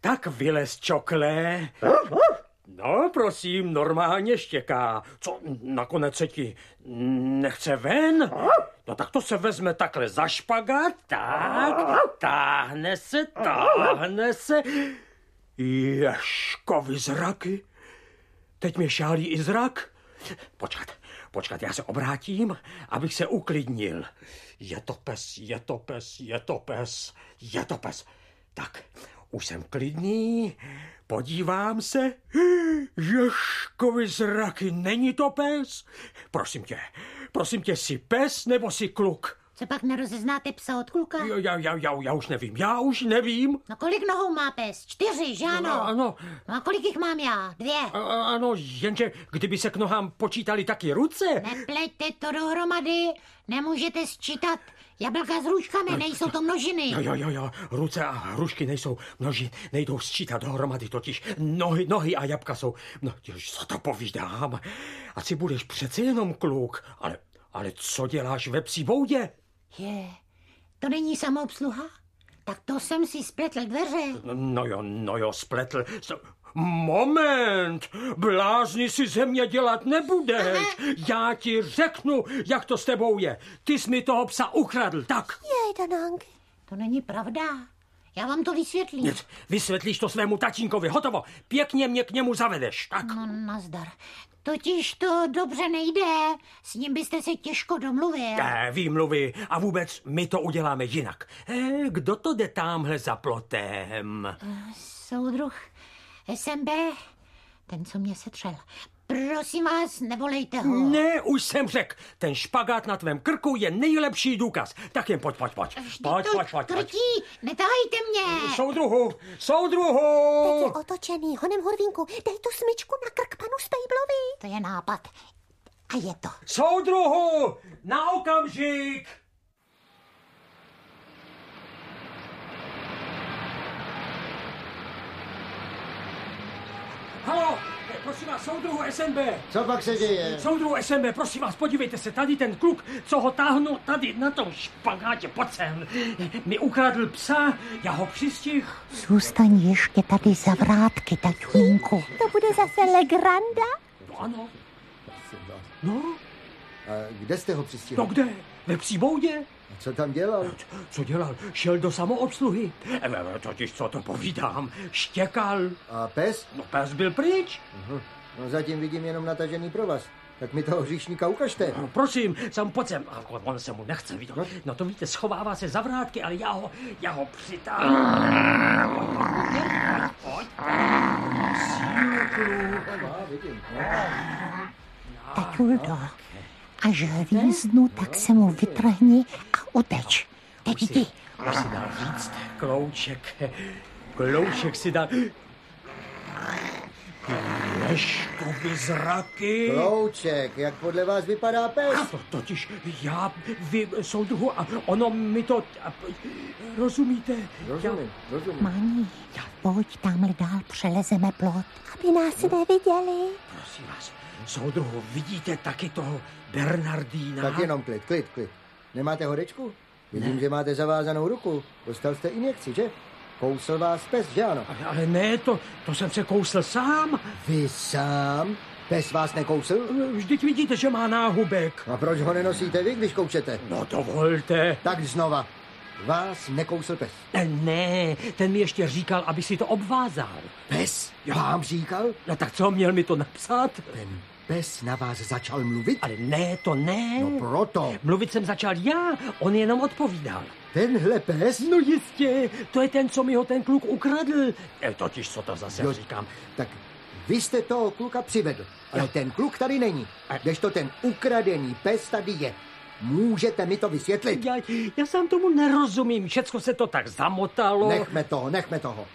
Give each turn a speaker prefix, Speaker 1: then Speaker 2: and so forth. Speaker 1: Tak vylez, čokle. No, prosím, normálně štěká. Co, nakonec se ti nechce ven? No tak to se vezme takhle za špagát, tak, táhne se, táhne se. Ješkovi zraky. Teď mě šálí i zrak. Počkat, počkat, já se obrátím, abych se uklidnil. Je to pes, je to pes, je to pes, je to pes. Tak, už jsem klidný, podívám se. Ježkovi zraky, není to pes? Prosím tě, prosím tě, jsi pes nebo jsi kluk?
Speaker 2: Co pak nerozeznáte psa od kluka?
Speaker 1: Jo, Já, já, já, já už nevím, já už nevím.
Speaker 2: No kolik nohou má pes? Čtyři, že ano?
Speaker 1: Ano,
Speaker 2: No a kolik jich mám já? Dvě.
Speaker 1: a- a- ano, jenže kdyby se k nohám počítali taky ruce.
Speaker 2: Nepleťte to dohromady, nemůžete sčítat jablka s růžkami, nejsou to množiny.
Speaker 1: Jo, jo, jo, jo, ruce a hrušky nejsou množí, nejdou sčítat dohromady totiž. Nohy, nohy a jabka jsou, no, jež, co to povídám. A ty budeš přece jenom kluk, ale, ale co děláš ve psí boudě?
Speaker 2: Je, to není samoobsluha? Tak to jsem si spletl dveře.
Speaker 1: No jo, no jo, spletl. s- Moment! Blázni si ze mě dělat nebudeš! Já ti řeknu, jak to s tebou je. Ty jsi mi toho psa ukradl, tak?
Speaker 3: Jej, Danánky.
Speaker 2: To není pravda. Já vám to vysvětlím.
Speaker 1: Nic, Vysvětlíš to svému tatínkovi, hotovo. Pěkně mě k němu zavedeš, tak?
Speaker 2: No, nazdar. Totiž to dobře nejde. S ním byste se těžko domluvil.
Speaker 1: Eh, výmluvy. A vůbec my to uděláme jinak. Eh, kdo to jde tamhle za plotem?
Speaker 2: Soudruh SMB, ten, co mě setřel. Prosím vás, nevolejte ho.
Speaker 1: Ne, už jsem řekl. Ten špagát na tvém krku je nejlepší důkaz. Tak jen pojď, pojď, pojď.
Speaker 2: Vždyť
Speaker 1: Pojď,
Speaker 2: to
Speaker 1: pojď, pojď, pojď.
Speaker 2: Krtí, netahejte mě.
Speaker 1: Soudruhu,
Speaker 3: Teď je
Speaker 1: soudruhu!
Speaker 3: otočený. Honem Horvínku, dej tu smyčku na krk panu Stejblovi.
Speaker 2: To je nápad. A je to.
Speaker 1: Soudruhu! Na okamžik! Halo, eh, prosím vás, soudruhu SNB.
Speaker 4: Co pak se děje?
Speaker 1: Soudruhu SNB, prosím vás, podívejte se, tady ten kluk, co ho táhnu tady na tom špagátě, pojď sem, mi ukradl psa, já ho přistih.
Speaker 2: Zůstaň ještě tady za vrátky, tatínku.
Speaker 3: To bude zase legranda.
Speaker 1: No ano, no,
Speaker 4: A kde jste ho přistihl?
Speaker 1: no kde? Ve psí boudě?
Speaker 4: A Co tam dělal?
Speaker 1: Co dělal? Šel do samoobsluhy. E, e, Totiž co to povídám, štěkal.
Speaker 4: A pes?
Speaker 1: No pes byl pryč.
Speaker 4: Aha. No zatím vidím jenom natažený provaz. Tak mi toho hříšníka ukažte.
Speaker 1: No, prosím, sam pojď sem. A on se mu nechce, vidět. No to víte, schovává se za vrátky, ale já ho, já ho přitáhnu. Pojď, pojď. Sílu, kluk.
Speaker 4: Aha, vidím.
Speaker 2: Tatuldo,
Speaker 1: Ah,
Speaker 2: až hvízdnu, tak se mu vytrhni a uteč. Teď
Speaker 1: Už si, už si dal říct, klouček. Klouček si dal... Ješkovi zraky.
Speaker 4: Louček, jak podle vás vypadá pes?
Speaker 1: To totiž já, vy, soudruhu, a ono mi to... A, rozumíte?
Speaker 4: Rozumím, rozumím.
Speaker 2: Maní, pojď tamhle dál, přelezeme plot.
Speaker 3: Aby nás neviděli.
Speaker 1: Já, prosím vás, soudruhu, vidíte taky toho Bernardína?
Speaker 4: Tak jenom klid, klid, klid. Nemáte horečku? Vidím, že máte zavázanou ruku. Dostal jste injekci, že? Kousl vás pes, že ano?
Speaker 1: Ale, ale ne, to, to jsem se kousl sám.
Speaker 4: Vy sám? Pes vás nekousl?
Speaker 1: Vždyť vidíte, že má náhubek.
Speaker 4: A proč ho nenosíte vy, když koučete?
Speaker 1: No dovolte.
Speaker 4: Tak znova. Vás nekousl pes.
Speaker 1: Ne, ten mi ještě říkal, aby si to obvázal.
Speaker 4: Pes? Vám říkal?
Speaker 1: No tak co, měl mi to napsat?
Speaker 4: Ten pes na vás začal mluvit?
Speaker 1: Ale ne, to ne.
Speaker 4: No proto.
Speaker 1: Mluvit jsem začal já, on jenom odpovídal.
Speaker 4: Tenhle pes?
Speaker 1: No jistě, to je ten, co mi ho ten kluk ukradl. E, totiž, co to zase
Speaker 4: Jo.
Speaker 1: říkám.
Speaker 4: Tak vy jste toho kluka přivedl, ale ten kluk tady není.
Speaker 1: A-
Speaker 4: Když to ten ukradený pes tady je. Můžete mi to vysvětlit?
Speaker 1: Já, já sám tomu nerozumím, všecko se to tak zamotalo.
Speaker 4: Nechme toho, nechme toho.